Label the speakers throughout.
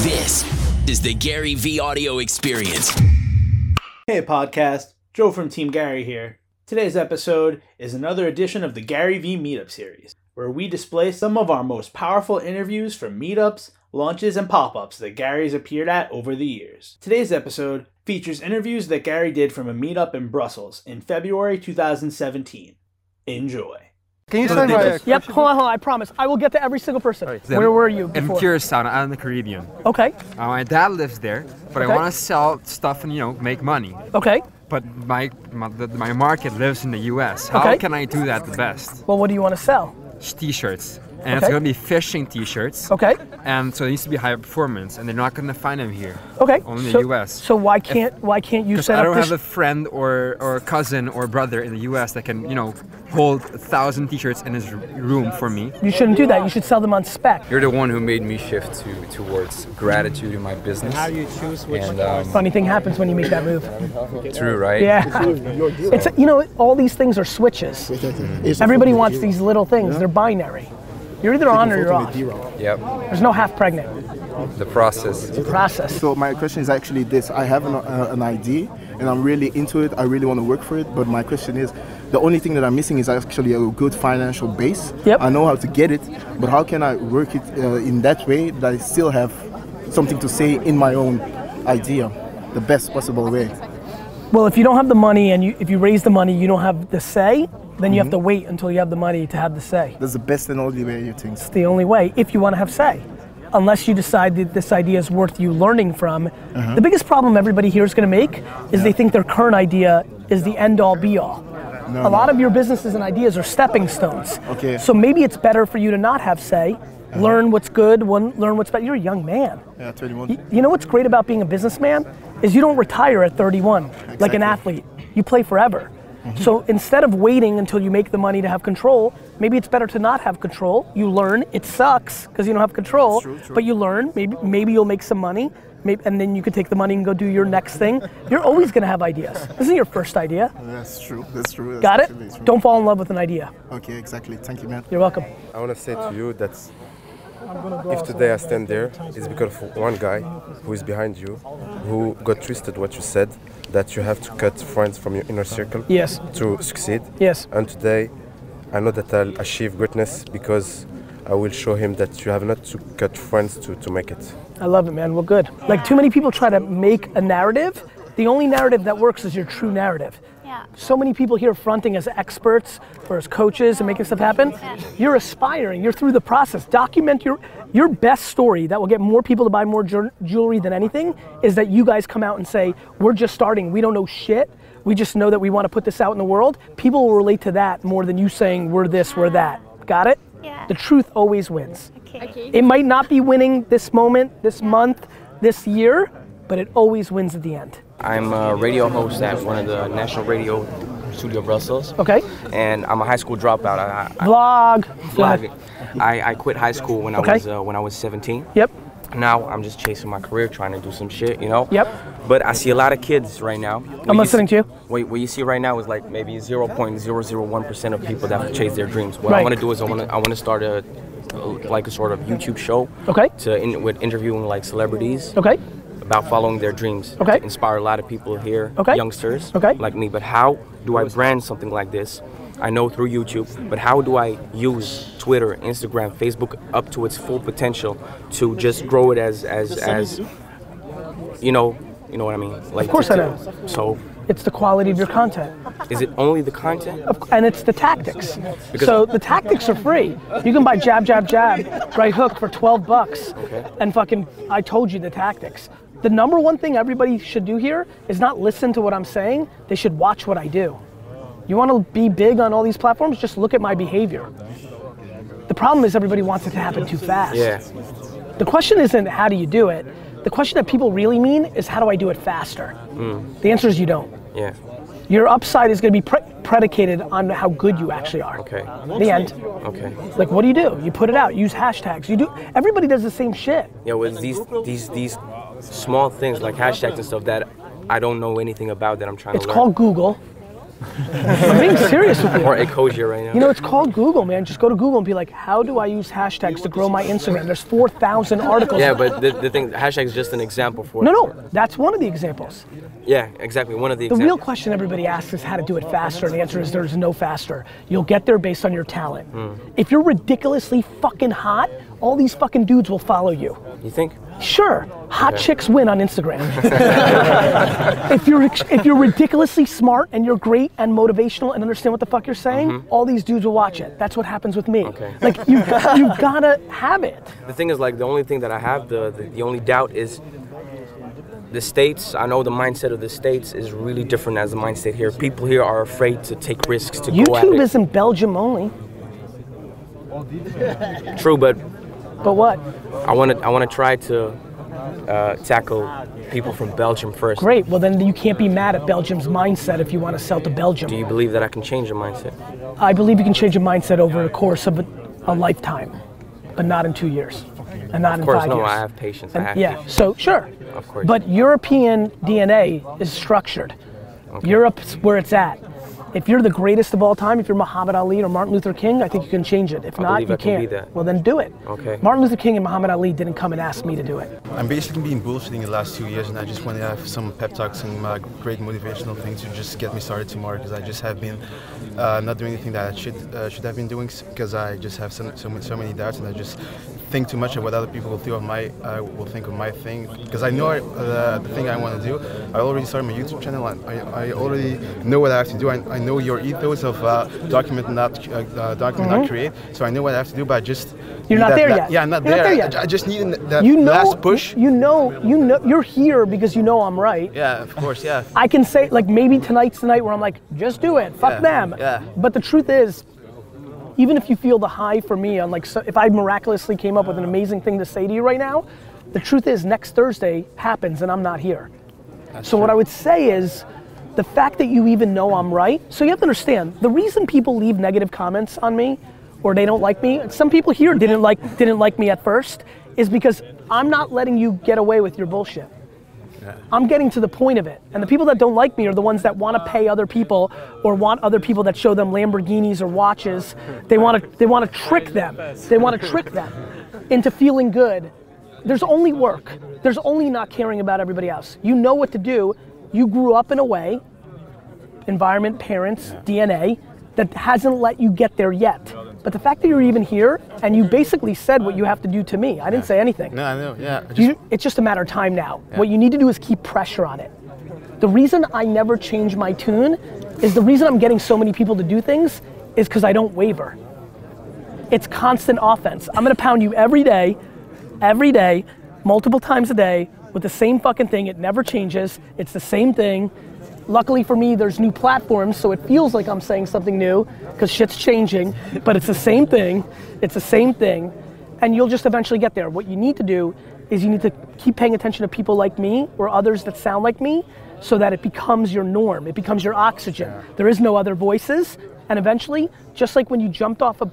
Speaker 1: This is the Gary V audio experience.
Speaker 2: Hey, podcast. Joe from Team Gary here. Today's episode is another edition of the Gary V Meetup series, where we display some of our most powerful interviews from meetups, launches, and pop ups that Gary's appeared at over the years. Today's episode features interviews that Gary did from a meetup in Brussels in February 2017. Enjoy.
Speaker 3: Can you sign my?
Speaker 4: Yep, hold on, hold on. Oh, I promise. I will get to every single person.
Speaker 5: then-
Speaker 4: Where were you
Speaker 5: In
Speaker 4: before?
Speaker 5: Curaçao, out in the Caribbean.
Speaker 4: Okay,
Speaker 5: Uh, my dad lives there, but I
Speaker 4: Okay.
Speaker 5: want to sell stuff and you know make money.
Speaker 4: okay.
Speaker 5: But my my, the, my market lives in the U.S. How
Speaker 4: Okay.
Speaker 5: can I do that the best?
Speaker 4: Well, what do you want to sell?
Speaker 5: Sh- T-shirts, and it's
Speaker 4: Okay.
Speaker 5: gonna be fishing T-shirts.
Speaker 4: Okay,
Speaker 5: And so it needs to be high performance, and they're not gonna find them here.
Speaker 4: okay.
Speaker 5: Only in
Speaker 4: so,
Speaker 5: the U.S.
Speaker 4: So why can't why can't you
Speaker 5: Because
Speaker 4: set
Speaker 5: I
Speaker 4: up
Speaker 5: don't
Speaker 4: this?
Speaker 5: have a friend or or cousin or brother in the U.S. that can you know hold a thousand T-shirts in his r- room for me.
Speaker 4: you shouldn't do that. You should sell them on spec.
Speaker 6: You're the one who made me shift to towards gratitude in my business. How do you choose which and, um,
Speaker 4: Funny thing happens when you make that move.
Speaker 6: True, right?
Speaker 4: Yeah. It's you know all these things are switches. Everybody wants these little things. They're binary. You're either on or you're off.
Speaker 6: Yep.
Speaker 4: There's no half pregnant
Speaker 6: The process.
Speaker 4: process.
Speaker 3: So my question is actually this: I have an, uh, an idea, and I'm really into it. I really want to work for it. But my question is, the only thing that I'm missing is actually a good financial base.
Speaker 4: Yep.
Speaker 3: I know how to get it, but how can I work it uh, in that way that I still have something to say in my own idea, the best possible way?
Speaker 4: Well, if you don't have the money and you if you raise the money, you don't have the say. Then you have
Speaker 5: Mm-hmm.
Speaker 4: to wait until you have the money to have the say.
Speaker 3: That's the best and only way you think.
Speaker 4: the only way if you want to have say unless you decide that this idea is worth you learning from the biggest problem everybody here is going to make is they think their current idea is the end all be all a lot of your businesses and ideas are stepping stones
Speaker 3: Okay.
Speaker 4: so maybe it's better for you to not have say learn what's good one, learn what's bad you're a young man
Speaker 3: Yeah, 21.
Speaker 4: Y- you know what's great about being a businessman is you don't retire at 31 like an
Speaker 3: Exactly. Mm-hmm.
Speaker 4: athlete you play forever so instead of waiting until you make the money to have control maybe it's better to not have control you learn it sucks because you don't have control but you learn maybe maybe you'll make some money maybe, and then you can take the money and go do your next thing you're always going to have ideas this isn't your first idea
Speaker 3: That's true. That's true. That's
Speaker 4: got
Speaker 3: actually true.
Speaker 4: it don't fall in love with an idea
Speaker 3: Okay, exactly. Thank you, man.
Speaker 4: you're welcome
Speaker 7: I want to say to you that if today I stand there, it's because of one guy who is behind you, who got twisted what you said, that you have to cut friends from your inner circle
Speaker 4: yes
Speaker 7: to succeed.
Speaker 4: yes
Speaker 7: And today, I know that I'll achieve greatness because I will show him that you have not to cut friends to, to make it.
Speaker 4: I love it, man. Well, good. Like too many people try to make a narrative. The only narrative that works is your true narrative.
Speaker 8: Yeah.
Speaker 4: So many people here fronting as experts or as coaches and making stuff happen. You're aspiring. You're through the process. Document your your best story that will get more people to buy more jur- jewelry than anything is that you guys come out and say, "We're just starting. We don't know shit. We just know that we want to put this out in the world." People will relate to that more than you saying, "We're this, we're that." Got it?
Speaker 8: Yeah.
Speaker 4: The truth always wins.
Speaker 8: Okay.
Speaker 4: It might not be winning this moment, this month, this year, but it always wins at the end.
Speaker 9: I'm a radio host at one of the national radio studio Brussels.
Speaker 4: Okay?
Speaker 9: And I'm a high school dropout. I, I,
Speaker 4: Vlog. Go ahead.
Speaker 9: I, I quit high school when
Speaker 4: Okay.
Speaker 9: I was uh, when I was 17.
Speaker 4: Yep.
Speaker 9: Now I'm just chasing my career, trying to do some shit, you know.
Speaker 4: Yep.
Speaker 9: But I see a lot of kids right now. What
Speaker 4: listening to
Speaker 9: see,
Speaker 4: you.
Speaker 9: What, what you see right now is like maybe 0.001 percent of people that chase their dreams. What
Speaker 4: Right.
Speaker 9: I want to do is I want to I want to start a like a sort of YouTube show.
Speaker 4: Okay.
Speaker 9: To in, with interviewing like celebrities
Speaker 4: Okay.
Speaker 9: about following their dreams.
Speaker 4: Okay.
Speaker 9: To inspire a lot of people here,
Speaker 4: Okay.
Speaker 9: youngsters
Speaker 4: Okay.
Speaker 9: like me. But how do I brand something like this? I know through YouTube, but how do I use Twitter, Instagram, Facebook up to its full potential to just grow it as as as you know, you know what I mean? Like Of
Speaker 4: course I know.
Speaker 9: So
Speaker 4: It's the quality of your content.
Speaker 9: is it only the content?
Speaker 4: Of- And it's the tactics.
Speaker 9: Because-
Speaker 4: so the tactics are free. You can buy jab, jab, jab, right hook for 12 bucks. And fucking, I told you the tactics. The number one thing everybody should do here is not listen to what I'm saying, they should watch what I do. You want to be big on all these platforms? Just look at my behavior. The problem is everybody wants it to happen too fast.
Speaker 9: Yeah.
Speaker 4: The question isn't how do you do it. The question that people really mean is how do I do it faster? The answer is you don't.
Speaker 9: Yeah.
Speaker 4: Your upside is going to be pre- predicated on how good you actually are.
Speaker 9: Okay.
Speaker 4: The end.
Speaker 9: Okay.
Speaker 4: Like, what do you do? You put it out. Use hashtags. You do. Everybody does the same shit.
Speaker 9: Yeah, well it's these these these small things like hashtags and stuff that I don't know anything about that I'm trying
Speaker 4: It's
Speaker 9: to learn.
Speaker 4: called Google. I'm being serious with you.
Speaker 9: Or Ecosia right now.
Speaker 4: You know, it's called Google, man. Just go to Google and be like, how do I use hashtags to grow my Instagram? There's 4,000 articles.
Speaker 9: yeah, but the, the thing, hashtag is just an example for
Speaker 4: No, no, that's one of the examples.
Speaker 9: Yeah, exactly. One of the,
Speaker 4: The
Speaker 9: examples.
Speaker 4: real question everybody asks is how to do it faster, and the answer is there's no faster. You'll get there based on your talent.
Speaker 9: Hmm.
Speaker 4: If you're ridiculously fucking hot, all these fucking dudes will follow you.
Speaker 9: You think?
Speaker 4: Sure, hot chicks win on Instagram. if you're ex- if you're ridiculously smart and you're great and motivational and understand what the fuck you're saying, all these dudes will watch it. That's what happens with me.
Speaker 9: Mm-hmm. Okay.
Speaker 4: Like you you gotta have it.
Speaker 9: The thing is, like, the only thing that I have, the, the, the only doubt is the States. I know the mindset of the States is really different as the mindset here. People here are afraid to take risks, to go at
Speaker 4: YouTube
Speaker 9: it.
Speaker 4: is in Belgium only.
Speaker 9: True, but
Speaker 4: But what?
Speaker 9: I want to I want to try to uh, tackle people from Belgium first.
Speaker 4: Great. Well, then you can't be mad at Belgium's mindset if you want to sell to Belgium.
Speaker 9: Do you believe that I can change your mindset?
Speaker 4: I believe you can change your mindset over the course of a, a lifetime, but not in two years, and not in
Speaker 9: Of course,
Speaker 4: five
Speaker 9: no.
Speaker 4: years.
Speaker 9: I have patience. I
Speaker 4: And-
Speaker 9: have
Speaker 4: yeah.
Speaker 9: patience.
Speaker 4: So sure.
Speaker 9: Of course.
Speaker 4: But European DNA is structured. Europe's where it's at. If you're the greatest of all time, if you're Muhammad Ali or Martin Luther King, I think you can change it. If not,
Speaker 9: believe
Speaker 4: you
Speaker 9: I can be
Speaker 4: can't.
Speaker 9: that.
Speaker 4: Well, then do it.
Speaker 9: Okay.
Speaker 4: Martin Luther King and Muhammad Ali didn't come and ask me to do it.
Speaker 8: I'm basically been bullshitting the last two years, and I just want to have some pep talks and uh, great motivational things to just get me started tomorrow. Because I just have been uh, not doing anything that I should uh, should have been doing because I just have some, so, many, so many doubts, and I just think too much of what other people will think of my uh, will think of my thing. Because I know I, uh, the thing I want to do. I already started my YouTube channel, and I, I already know what I have to do. I, I know your ethos of uh, document not uh, uh, document
Speaker 4: Mm-hmm.
Speaker 8: not create, so I know what I have to do. But I just
Speaker 4: You're
Speaker 8: need
Speaker 4: not
Speaker 8: that
Speaker 4: there
Speaker 8: la-
Speaker 4: yet.
Speaker 8: Yeah, I'm not,
Speaker 4: You're not
Speaker 8: there.
Speaker 4: there yet.
Speaker 8: I, I just need that
Speaker 4: You know,
Speaker 8: last push.
Speaker 4: You know, you know, you're here because you know I'm right.
Speaker 8: Yeah, of course, yeah.
Speaker 4: I can say like maybe tonight's the night where I'm like, just do it, fuck
Speaker 8: Yeah,
Speaker 4: them.
Speaker 8: yeah.
Speaker 4: But the truth is, even if you feel the high for me on like, so, if I miraculously came up with an amazing thing to say to you right now, the truth is next Thursday happens and I'm not here. so what I would say is, the fact that you even know I'm right. So you have to understand the reason people leave negative comments on me, or they don't like me. Some people here didn't like didn't like me at first, is because I'm not letting you get away with your bullshit. I'm getting to the point of it. And the people that don't like me are the ones that want to pay other people or want other people that show them Lamborghinis or watches. They want to they want to trick them. They want to trick them into feeling good. There's only work. There's only not caring about everybody else. You know what to do. You grew up in a way environment, parents, DNA that hasn't let you get there yet. But the fact that you're even here and you basically said what you have to do to me. I didn't say anything.
Speaker 8: No, I know, yeah. I just,
Speaker 4: You, it's just a matter of time now. What you need to do is keep pressure on it. The reason I never change my tune is the reason I'm getting so many people to do things is because I don't waver. It's constant offense. I'm gonna pound you every day, every day, multiple times a day with the same fucking thing. It never changes. It's the same thing. Luckily for me, there's new platforms, so it feels like I'm saying something new because shit's changing, but it's the same thing. It's the same thing. And you'll just eventually get there. What you need to do is you need to keep paying attention to people like me or others that sound like me so that it becomes your norm, it becomes your oxygen. There is no other voices. And eventually, just like when you jumped off a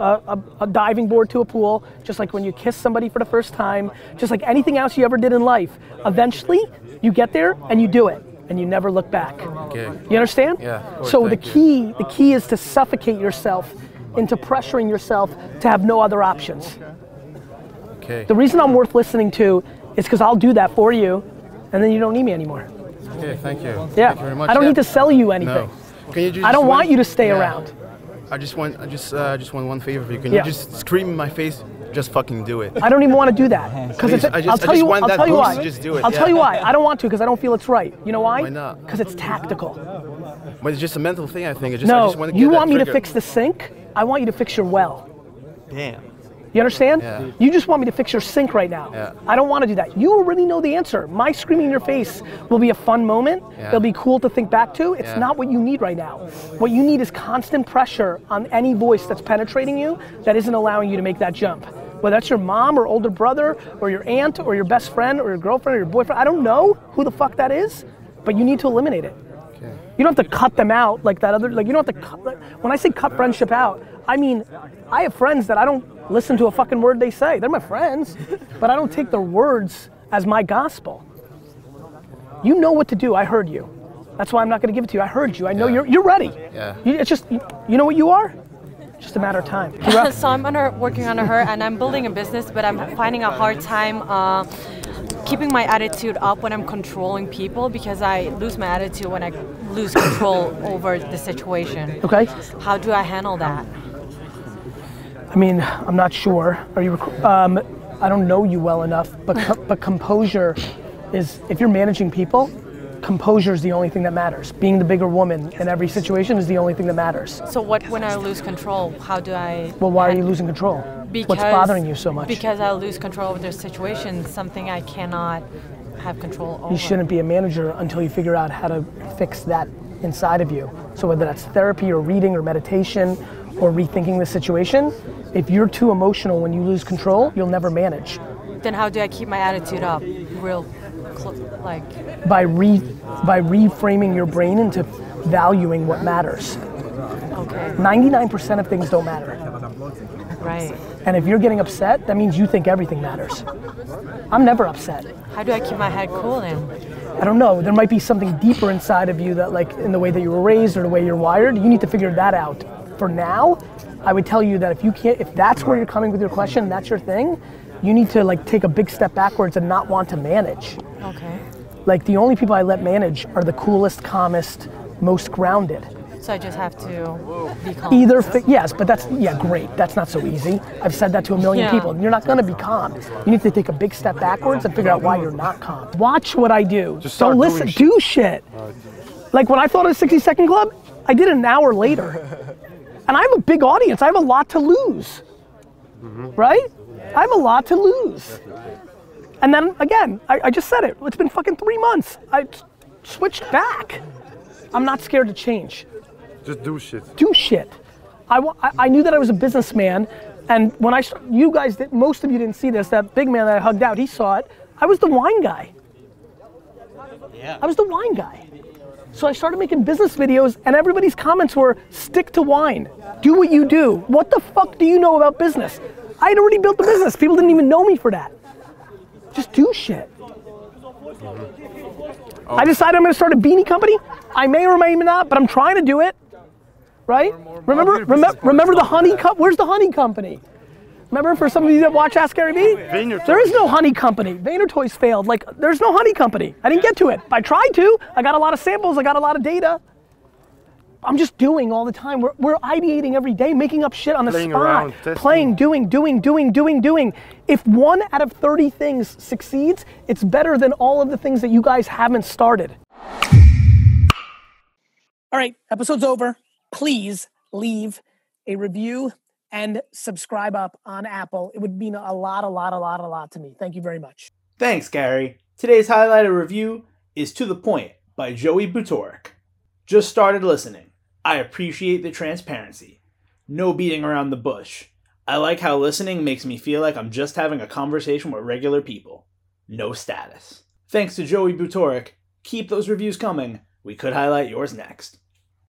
Speaker 4: a, a, a diving board to a pool, just like when you kiss somebody for the first time, just like anything else you ever did in life. Eventually, you get there and you do it, and you never look back.
Speaker 8: okay.
Speaker 4: You understand?
Speaker 8: Yeah, of course,
Speaker 4: So the
Speaker 8: thank you.
Speaker 4: key, the key is to suffocate yourself into pressuring yourself to have no other options.
Speaker 8: Okay.
Speaker 4: The reason I'm worth listening to is because I'll do that for you, and then you don't need me anymore.
Speaker 8: Okay, thank you.
Speaker 4: Yeah.
Speaker 8: Thank you very much.
Speaker 4: I don't
Speaker 8: yeah.
Speaker 4: need to sell you anything.
Speaker 8: No. Can you just
Speaker 4: I don't
Speaker 8: one-
Speaker 4: want you to stay
Speaker 8: yeah.
Speaker 4: around.
Speaker 8: I just want I just uh, I just want one favor for you. Can
Speaker 4: Yeah.
Speaker 8: you just scream in my face? Just fucking do it.
Speaker 4: I don't even want to do that because it's.
Speaker 8: Please, I just-
Speaker 4: I'll
Speaker 8: I
Speaker 4: tell
Speaker 8: just
Speaker 4: you.
Speaker 8: want
Speaker 4: I'll
Speaker 8: that
Speaker 4: tell you
Speaker 8: boost,
Speaker 4: why.
Speaker 8: just do it,
Speaker 4: I'll
Speaker 8: yeah.
Speaker 4: tell you why. I don't want to because I don't feel it's right. You know why?
Speaker 8: Why not?
Speaker 4: Because it's tactical.
Speaker 8: But it's just a mental thing I think. I just I
Speaker 4: no,
Speaker 8: just want to get
Speaker 4: you
Speaker 8: that
Speaker 4: want me to
Speaker 8: trigger.
Speaker 4: fix the sink. I want you to fix your well.
Speaker 8: Damn.
Speaker 4: You understand?
Speaker 8: Yeah.
Speaker 4: You just want me to fix your sink right now.
Speaker 8: Yeah.
Speaker 4: I don't want to do that. You already know the answer. My screaming in your face will be a fun moment.
Speaker 8: Yeah.
Speaker 4: It'll be cool to think back to. It's
Speaker 8: Yeah.
Speaker 4: not what you need right now. What you need is constant pressure on any voice that's penetrating you that isn't allowing you to make that jump. Whether that's your mom or older brother or your aunt or your best friend or your girlfriend or your boyfriend, I don't know who the fuck that is, but you need to eliminate it. You don't have to cut them out like that other, like you don't have to cut, like, when I say cut friendship out, I mean, I have friends that I don't listen to a fucking word they say. They're my friends, but I don't take their words as my gospel. You know what to do, I heard you. That's why I'm not going to give it to you. I heard you. I know you're you're ready.
Speaker 8: Yeah.
Speaker 4: You, it's just you, you know what you are. Just a matter of time. Kira,
Speaker 10: so I'm under, working under her, and I'm building a business, but I'm finding a hard time uh, keeping my attitude up when I'm controlling people because I lose my attitude when I lose control over the situation.
Speaker 4: Okay.
Speaker 10: How do I handle that?
Speaker 4: I mean, I'm not sure. Are you? rec- Um, I don't know you well enough, but co- but composure is if you're managing people, composure is the only thing that matters. Being the bigger woman in every situation is the only thing that matters.
Speaker 10: So what when I lose control? How do I?
Speaker 4: Well, why are you losing control?
Speaker 10: Because,
Speaker 4: What's bothering you so much?
Speaker 10: Because I lose control over the situation, something I cannot have control over.
Speaker 4: You shouldn't be a manager until you figure out how to fix that inside of you. So whether that's therapy or reading or meditation or rethinking the situation, if you're too emotional when you lose control, you'll never manage.
Speaker 10: Then how do I keep my attitude up? Real, cl- like
Speaker 4: By re by reframing your brain into valuing what matters.
Speaker 10: okay,
Speaker 4: 99% of things don't matter.
Speaker 10: right?
Speaker 4: And if you're getting upset, that means you think everything matters. I'm never upset.
Speaker 10: How do I keep my head cool then?
Speaker 4: I don't know. There might be something deeper inside of you that, like, in the way that you were raised or the way you're wired, you need to figure that out. For now, I would tell you that if you can't, if that's where you're coming with your question, that's your thing, you need to like take a big step backwards and not want to manage.
Speaker 10: Okay.
Speaker 4: Like, the only people I let manage are the coolest, calmest, most grounded.
Speaker 10: So I just have to be calm.
Speaker 4: Either, fi- yes, but that's yeah, great. That's not so easy. I've said that to a million
Speaker 10: Yeah.
Speaker 4: people. You're not gonna be calm. You need to take a big step backwards and figure out why you're not calm. Watch what I do.
Speaker 11: Just
Speaker 4: Don't
Speaker 11: start
Speaker 4: listen.
Speaker 11: doing
Speaker 4: do shit. Like when I thought of 60 Second Club, I did an hour later, and I have a big audience. I have a lot to lose,
Speaker 11: Mm-hmm.
Speaker 4: right? I have a lot to lose. And then again, I, I just said it. It's been fucking three months. I s- switched back. I'm not scared to change
Speaker 11: Just do shit.
Speaker 4: do shit. I, wa- I- I knew that I was a businessman, and when I st- you guys did, most of you didn't see this. That big man that I hugged out, he saw it. I was the wine guy. Yeah. I was the wine guy. So I started making business videos, and everybody's comments were stick to wine, do what you do. What the fuck do you know about business? I had already built the business. People didn't even know me for that. Just do shit. I decided I'm gonna start a beanie company. I may or may not, but I'm trying to do it. Right? Remember, remember, remember the honey cup? Where's the honey company? Remember for some of you that watch Ask Gary Vee? There is no honey company. Vayner Toys failed. Like, there's no honey company. I didn't get to it. I tried to. I got a lot of samples. I got a lot of data. I'm just doing all the time. We're, we're ideating every day, making up shit on the
Speaker 11: Playing
Speaker 4: spot,
Speaker 11: around, testing.
Speaker 4: playing, doing, doing, doing, doing, doing. If one out of 30 things succeeds, it's better than all of the things that you guys haven't started. All right, episode's over. Please leave a review and subscribe up on Apple. It would mean a lot, a lot, a lot, a lot to me. Thank you very much.
Speaker 2: Thanks, Gary. Today's highlighted review is To the Point by Joey Butorik. Just started listening. I appreciate the transparency. No beating around the bush. I like how listening makes me feel like I'm just having a conversation with regular people. No status. Thanks to Joey Butorik. Keep those reviews coming. We could highlight yours next.